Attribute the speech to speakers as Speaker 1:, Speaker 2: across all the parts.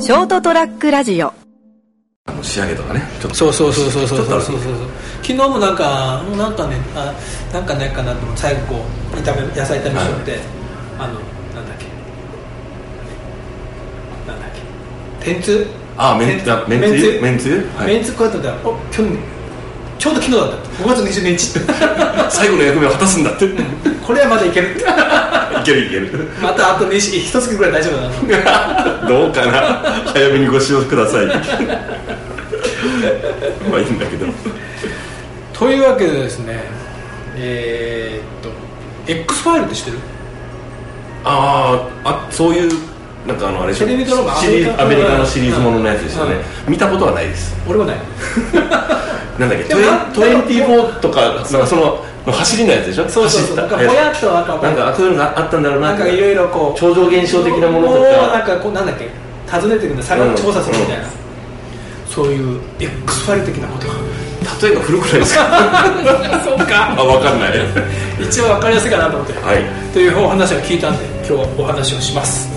Speaker 1: ショートトラックラジオ
Speaker 2: あの仕上げとかねちょっと
Speaker 3: そうそうそうそうそう
Speaker 2: ちょっとあ
Speaker 3: そ
Speaker 2: る
Speaker 3: うそうそう昨日もなんかもうなんかねあなんかないかなと思って最後こう炒め野菜炒めしよって、あのなんだっけなんだっけ天つ
Speaker 2: ああめんあめんつゆ
Speaker 3: め
Speaker 2: め
Speaker 3: ん
Speaker 2: ん
Speaker 3: つ
Speaker 2: つ
Speaker 3: ゆ
Speaker 2: ゆはい
Speaker 3: めんつゆこうやってたらお去年ちょうど昨日だった5月22日 って
Speaker 2: 最後の役目を果たすんだ ってい
Speaker 3: これはまだいけるって
Speaker 2: けるいける
Speaker 3: またあとね一月ぐらい大丈夫だな
Speaker 2: どうかな早めにご使用くだ さいまあいいんだけど
Speaker 3: というわけでですねえー、っと X ファイルって知ってる
Speaker 2: あああそういうなんかあのあれでしょ
Speaker 3: テレビドラマ
Speaker 2: シリーズ
Speaker 3: ア
Speaker 2: ア
Speaker 3: メ
Speaker 2: メ
Speaker 3: リ
Speaker 2: リ
Speaker 3: カ
Speaker 2: カ
Speaker 3: の
Speaker 2: のシリーズもののやつですよね、見たことはないです
Speaker 3: 俺 はない
Speaker 2: なんだっけ
Speaker 3: でもな
Speaker 2: 24とかなんかその走りのやつでしょ
Speaker 3: そうそうそ
Speaker 2: 走
Speaker 3: うなん
Speaker 2: った
Speaker 3: かぼやっとなんか
Speaker 2: なんかそういうのがあったんだろうな
Speaker 3: なんかいろいろこう
Speaker 2: 超常現象的なものと
Speaker 3: うな
Speaker 2: か
Speaker 3: んかこうなんだっけ尋ねてくんだ探調査するみたいな、
Speaker 2: うん
Speaker 3: そういう X ファイル的なことが
Speaker 2: 例えが古くないですか
Speaker 3: そうか
Speaker 2: あわかんない
Speaker 3: 一応分かりやすいかなと思って、
Speaker 2: はい
Speaker 3: というお話を聞いたんで今日はお話をします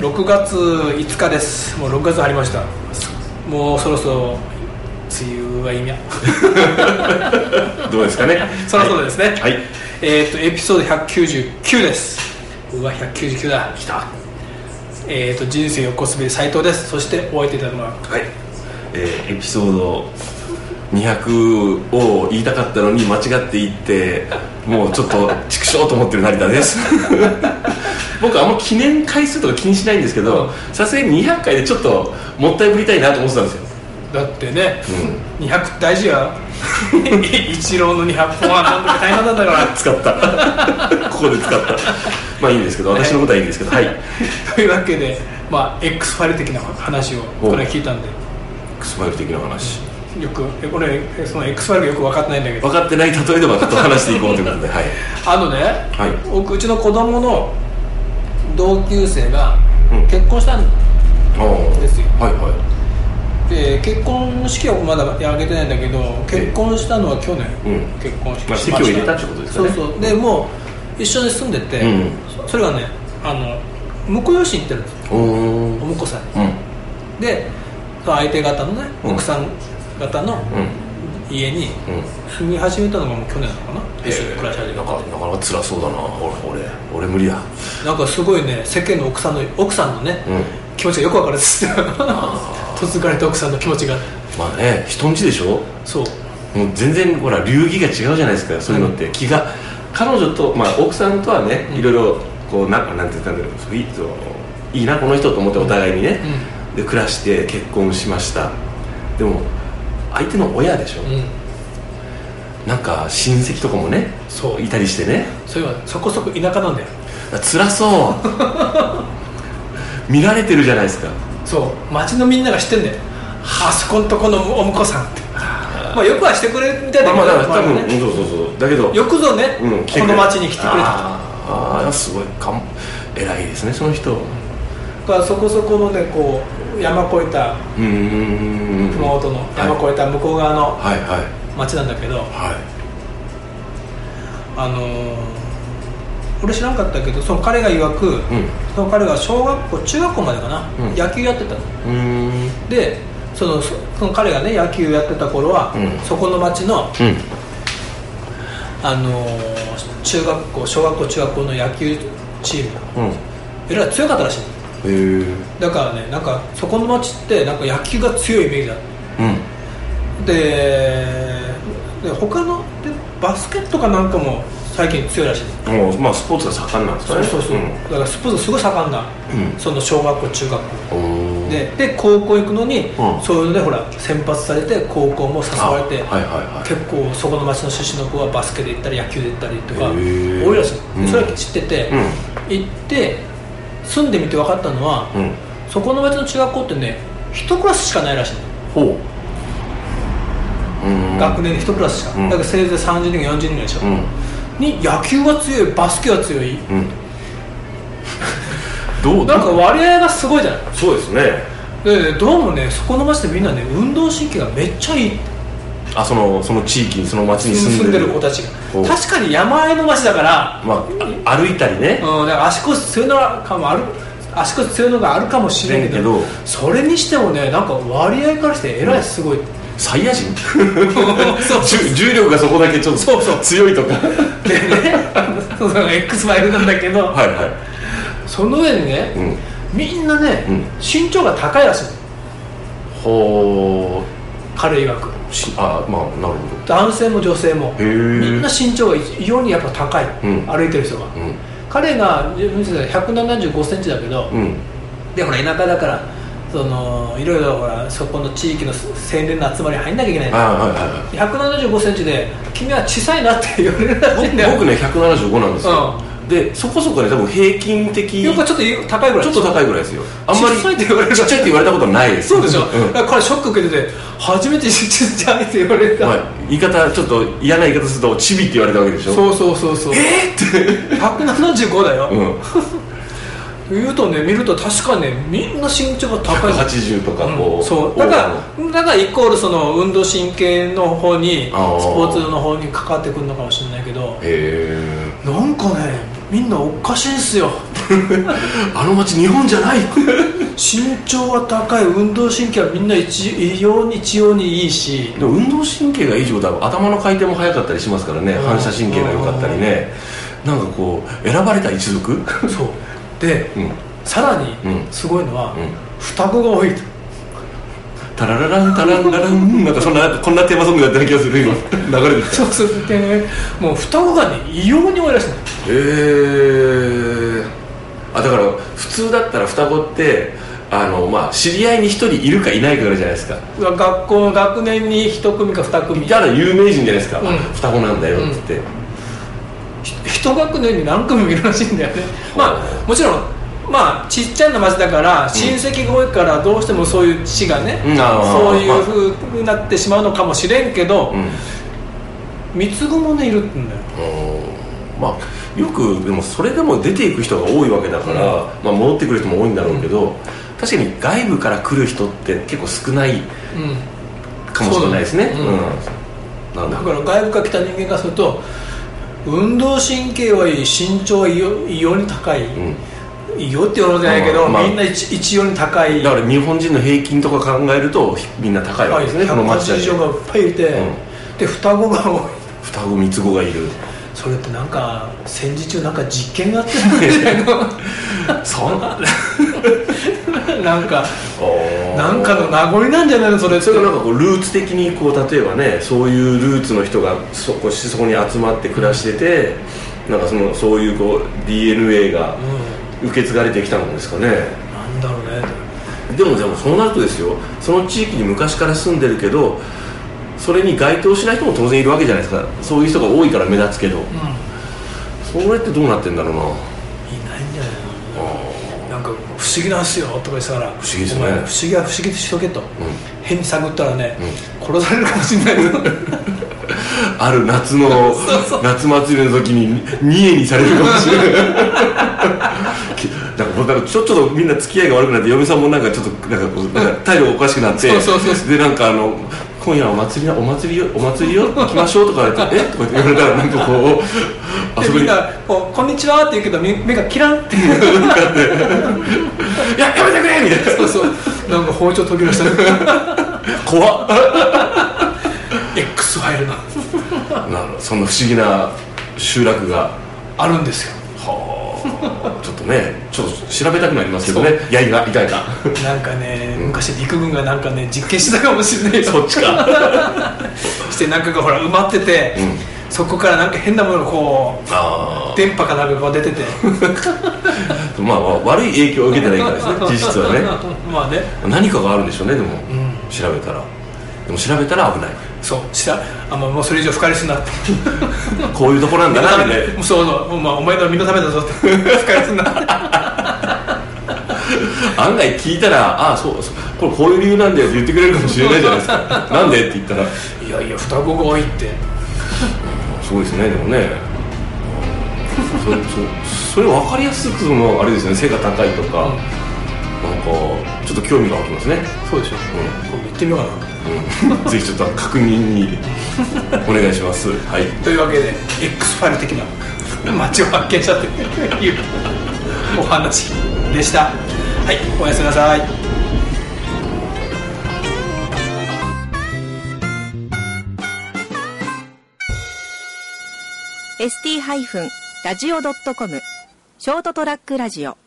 Speaker 3: 6月5日ですもう6月ありましたもうそろそろ梅雨は意味や
Speaker 2: どうです かね
Speaker 3: そろそろですね
Speaker 2: はい、はい、
Speaker 3: えっ、とエピソード199ですうわ199だ
Speaker 2: 来たは、
Speaker 3: えー、と人生横滑り斉藤ですそしてお相手いただくのはい
Speaker 2: えーエピソード200を言いたかったのに間違って言ってもうちょっと畜生と思ってる成田です 僕あんま記念回数とか気にしないんですけどさすがに200回でちょっともったいぶりたいなと思ってたんですよ
Speaker 3: だってね、200大事や 一郎の200本はなんとか大変なんだから
Speaker 2: 使った ここで使ったまあいいんですけど私のことはいいんですけどはい
Speaker 3: というわけで、まあ、X ファイル的な話をこれ聞いたんで
Speaker 2: スマイル的な話
Speaker 3: よくえこれえその X ファイルがよく分かってないんだけど
Speaker 2: 分かってない例えでもちょっと話していこうということではい
Speaker 3: あのね、
Speaker 2: はい
Speaker 3: 僕うちの子供の同級生が
Speaker 2: うん
Speaker 3: 結婚したん
Speaker 2: おー
Speaker 3: ですよ
Speaker 2: はいは
Speaker 3: で結婚式はまだ挙げてないんだけど結婚したのは去
Speaker 2: う
Speaker 3: 年、
Speaker 2: ん
Speaker 3: 結婚式
Speaker 2: まあ
Speaker 3: しました
Speaker 2: 籍を入れたってことですかね
Speaker 3: そうそうでもう一緒に住んでて、
Speaker 2: うん
Speaker 3: そそれがねあの婿養子に行ってるんですよ
Speaker 2: いおー
Speaker 3: お婿さんに
Speaker 2: うん
Speaker 3: でその相手方のね、
Speaker 2: うん
Speaker 3: 奥さん方の
Speaker 2: うん
Speaker 3: 家に
Speaker 2: うん
Speaker 3: 住み始めたのがもう去年なのかな、一緒に暮らし始め
Speaker 2: な
Speaker 3: た
Speaker 2: んかなかなか辛そうだな俺俺俺無理だ
Speaker 3: なんかすごいね世間の奥さんの奥さんのね、
Speaker 2: うん
Speaker 3: 気持ちがよく分かるんですよ 嫁がれた奥さんの気持ちが
Speaker 2: まあね人んちでしょ
Speaker 3: そう
Speaker 2: もう全然ほら流儀が違うじゃないですかそういうのって、気が彼女と、まあ、奥さんとはね、
Speaker 3: うん
Speaker 2: いろいろこうななんて言ったんだろういいそういいなこの人と思ってお互いにね、で暮らして結婚しましたでも相手の親でしょ、
Speaker 3: うん
Speaker 2: なんか親戚とかもね
Speaker 3: そう
Speaker 2: いたりしてね
Speaker 3: そういえばそこそこ田舎なんだよ
Speaker 2: あ辛そう 見られてるじゃないですか
Speaker 3: そう町のみんなが知ってんだよあそこんとこのお婿さんってまあよくはしてくれるみたい
Speaker 2: ま
Speaker 3: だ
Speaker 2: あまあ
Speaker 3: けど、
Speaker 2: だから多分、
Speaker 3: まあね
Speaker 2: うんそうそうそうだけど
Speaker 3: よくぞね、
Speaker 2: うん来て
Speaker 3: こ
Speaker 2: くれ
Speaker 3: の町に来てくれた
Speaker 2: あーあーすごいかん偉いですねその人
Speaker 3: とだからそこそこのねこう山越えた
Speaker 2: うーん
Speaker 3: 熊本の山越えた向こう側の
Speaker 2: はいはい
Speaker 3: 町なんだけど、
Speaker 2: はい
Speaker 3: あのー、俺知らんかったけどその彼が曰く、
Speaker 2: ん
Speaker 3: その彼が小学校中学校までかな、
Speaker 2: うん
Speaker 3: 野球やってたの
Speaker 2: うーん
Speaker 3: でそのそその彼がね野球やってた頃は、
Speaker 2: うん
Speaker 3: そこの町の
Speaker 2: うん
Speaker 3: あのー中学校小学校中学校の野球チーム
Speaker 2: うん
Speaker 3: えらい強かったらしい
Speaker 2: へえ
Speaker 3: だからねなんかそこの町ってなんか野球が強いイメージだ
Speaker 2: うん
Speaker 3: でで他のでバスケットかなんかも最近強いらしい
Speaker 2: もうまあスポーツが盛んなんですか
Speaker 3: そう
Speaker 2: ね
Speaker 3: そうそう、
Speaker 2: ん
Speaker 3: だからスポーツすごい盛んな、
Speaker 2: うん
Speaker 3: その小学校中学校
Speaker 2: おー
Speaker 3: でで高校行くのに、
Speaker 2: うん
Speaker 3: そういうのでほら選抜されて高校も誘
Speaker 2: あ
Speaker 3: われて、
Speaker 2: はいはいはい
Speaker 3: 結構そこの町の出身の子はバスケで行ったり野球で行ったりとか
Speaker 2: へー
Speaker 3: 多いらしい、
Speaker 2: うん
Speaker 3: それは知ってて、
Speaker 2: うん
Speaker 3: 行って住んでみて分かったのは、
Speaker 2: うん
Speaker 3: そこの町の中学校ってね一クラスしかないらしいの、
Speaker 2: ほううーん
Speaker 3: 学年で一クラスしか、
Speaker 2: うん
Speaker 3: だからせいぜい30人か40人ぐらいでしょ、
Speaker 2: うん
Speaker 3: に野球は強いバスケは強い
Speaker 2: うん どう
Speaker 3: なんか割合がすごいじゃない
Speaker 2: そうですね
Speaker 3: でどうもねそこの町でみんなね運動神経がめっちゃいいって
Speaker 2: あそのその地域にその町に
Speaker 3: 住
Speaker 2: 住
Speaker 3: ん
Speaker 2: んで
Speaker 3: でる
Speaker 2: る
Speaker 3: 子たち
Speaker 2: お
Speaker 3: が確かに山あいの町だから
Speaker 2: まああ歩いたりね
Speaker 3: うん、だから足腰強いのかもある足腰強いのがあるかもしれんけど
Speaker 2: だけ
Speaker 3: それにしてもねなんか割合からしてえらいすごい、
Speaker 2: サイヤ人
Speaker 3: そう
Speaker 2: 重重力がそこだけちょっと
Speaker 3: そうそう
Speaker 2: 強いとか
Speaker 3: でねそうそう X ファイルなんだけ
Speaker 2: は
Speaker 3: ど、
Speaker 2: いは
Speaker 3: その上に
Speaker 2: い、う
Speaker 3: ね
Speaker 2: ん、
Speaker 3: みんなね、
Speaker 2: うん
Speaker 3: 身長が高いらしい
Speaker 2: ほ
Speaker 3: 軽い学
Speaker 2: うしあまあなるほ
Speaker 3: 男性も女性も
Speaker 2: どへえ
Speaker 3: みんな身長が異様にやっぱ高い、
Speaker 2: うん
Speaker 3: 歩いてる人が
Speaker 2: うん
Speaker 3: 彼が1 7 5センチだけど、
Speaker 2: うん
Speaker 3: でほら田舎だからそのいろいろほらそこの地域の青年の集まりに入んなきゃいけない
Speaker 2: あはいはいはい
Speaker 3: 1 7 5ンチで君は小さいなって言われるらしいんだよ
Speaker 2: 僕ね175なんですよ、でそこそこね多分平均的
Speaker 3: よくちょっと高いぐらい
Speaker 2: ちょっと高いぐらいですよあんまり
Speaker 3: 小さいって言われる
Speaker 2: ちっちゃいって言われたことないです
Speaker 3: そうでしょ、
Speaker 2: ん
Speaker 3: だからこれショック受けてて初めてちっちゃいって言われた、
Speaker 2: まあ、言い方ちょっと嫌な言い方するとチビって言われたわけでしょ
Speaker 3: そうそうそうそう
Speaker 2: えーって
Speaker 3: 175だよ、
Speaker 2: うん
Speaker 3: 言うとね見ると確かねみんな身長が高い
Speaker 2: 180とかこう、
Speaker 3: うんそうだからだからイコールその運動神経の方にス
Speaker 2: あー
Speaker 3: ポーツの方にかかってくるのかもしれないけど
Speaker 2: へ
Speaker 3: なんかねみんなおかしいんすよ
Speaker 2: えあの町日本じゃない
Speaker 3: 身長が高い運動神経はみんな一異様に一様にいいし
Speaker 2: でも運動神経がいい状態頭の回転も速かったりしますからね
Speaker 3: うん
Speaker 2: 反射神経が良かったりねなんかこう選ばれた一族うん
Speaker 3: そうでさらに
Speaker 2: うん
Speaker 3: すごいのは、
Speaker 2: うん
Speaker 3: 双子が多いと
Speaker 2: タララランタランラランなんかそんなこんなテーマソングだったような気がする今流れてきた
Speaker 3: そうするとねもう双子がね異様に多いらしいの
Speaker 2: へえあだから普通だったら双子ってあのまあ知り合いに一人いるかいないかぐらいじゃないですか
Speaker 3: 学校学年に一組か二組
Speaker 2: じゃあ有名人じゃないですか、
Speaker 3: うん
Speaker 2: 双子なんだよっつって、
Speaker 3: 一学年に何組もいるらしいんだよね
Speaker 2: ほう
Speaker 3: まあもちろんまあちっちゃな町だから親戚が多いからどうしてもそういう地がね、
Speaker 2: うんあー
Speaker 3: そういうふうになってしまうのかもしれんけど、
Speaker 2: うん
Speaker 3: 三つ子もねいるってんだよ
Speaker 2: うんまあよくでもそれでも出ていく人が多いわけだから、まあ、戻ってくる人も多いんだろうけど、確かに外部から来る人って結構少ない
Speaker 3: うん
Speaker 2: かもしれないですね
Speaker 3: そううだ
Speaker 2: ん
Speaker 3: ね
Speaker 2: なん
Speaker 3: だ
Speaker 2: だ
Speaker 3: から外部から来た人間がすると運動神経はいい身長は異様異様に高い、
Speaker 2: うん
Speaker 3: 異様って言われじゃないけど、
Speaker 2: うんまあ
Speaker 3: みんな一一様に高い
Speaker 2: だから日本人の平均とか考えるとひみんな高いわけですね、この町だ
Speaker 3: 180以
Speaker 2: け
Speaker 3: 上がいっぱいいて、
Speaker 2: う
Speaker 3: で双子が多い
Speaker 2: 双子三つ子がいる
Speaker 3: それってなんか戦時中なんか実験があってるんじゃない
Speaker 2: そんな
Speaker 3: のなんかなんかの名残なんじゃないのそれって
Speaker 2: それがなんかこうルーツ的にこう例えばねそういうルーツの人がそこそこに集まって暮らしてて、なんかそのそういうこう DNA が
Speaker 3: う
Speaker 2: 受け継がれてきたんですかね
Speaker 3: んなんだろうね
Speaker 2: でもでもそうなるとですよその地域に昔から住んでるけどそれに該当しない人も当然いるわけじゃないですかそういう人が多いから目立つけど
Speaker 3: うん
Speaker 2: それってどうなってんだろうない
Speaker 3: ないんじゃないのなんか不思議なんすよとか言ってたから不
Speaker 2: 思議ですね
Speaker 3: 不思議は不思議にしとけと、
Speaker 2: ん
Speaker 3: 変に探ったらね、殺されるかもしれないぞ
Speaker 2: ある夏の夏祭りの時に2円にされるかもしれない きなんか僕なんかちょちょっとみんな付き合いが悪くなって嫁さんもなんかちょっとなんかこうなんか態度がおかしくなって
Speaker 3: そうそうそうそ
Speaker 2: でなんかあの「今夜お祭りなお祭りよお祭りよ行きましょう」とか言われて「えとか言って言われたらなんかこうあ
Speaker 3: で
Speaker 2: そこに
Speaker 3: み
Speaker 2: 「
Speaker 3: ん
Speaker 2: いや
Speaker 3: なこうこんにちは」って言うけど目目がキランっていう
Speaker 2: やめてくれ!」みたいな
Speaker 3: そうそうなんか包丁研ぎ出した
Speaker 2: 怖っ
Speaker 3: X ファイルが
Speaker 2: なるほどそんな不思議な集落が
Speaker 3: あるんですよ
Speaker 2: はあちょっとねちょっと調べたくなりますけどねやいがいたいが
Speaker 3: なんかね昔陸軍がなんかね実験してたかもしれないよ
Speaker 2: そっちか
Speaker 3: してなんかがほら埋まってて、
Speaker 2: うん
Speaker 3: そこからなんか変なものがこう
Speaker 2: ああ
Speaker 3: 電波かなんかが出 てて
Speaker 2: まあ、まあ悪い影響を受けてないから ですね実質はね
Speaker 3: まあね
Speaker 2: 何かがあるんでしょうねでも、
Speaker 3: ん
Speaker 2: 調べたらでも調べたら危ない
Speaker 3: そうしらあもうもうそれ以上深りすんなって
Speaker 2: こういうとこなんだなみたいな
Speaker 3: もうそうそうもうまあお前の身のためだぞって深りすんなって
Speaker 2: 案外聞いたらああそうそうこれこういう理由なんだよって言ってくれるかもしれないじゃないです かなんでって言ったら
Speaker 3: いやいや双子が多いって
Speaker 2: すごいですねでもねそれそそれ分かりやすくそのあれですよね背が高いとか、
Speaker 3: うん
Speaker 2: まなんかちょっと興味が湧きますね、
Speaker 3: そうでしょ、今度行ってみようかな
Speaker 2: うん、 ぜひちょっと確認にお願いしますはい
Speaker 3: というわけで X ファイル的な街を発見したと いうお話でしたはいおやすみなさい
Speaker 1: ー ST-radio.com ショートトラックラジオ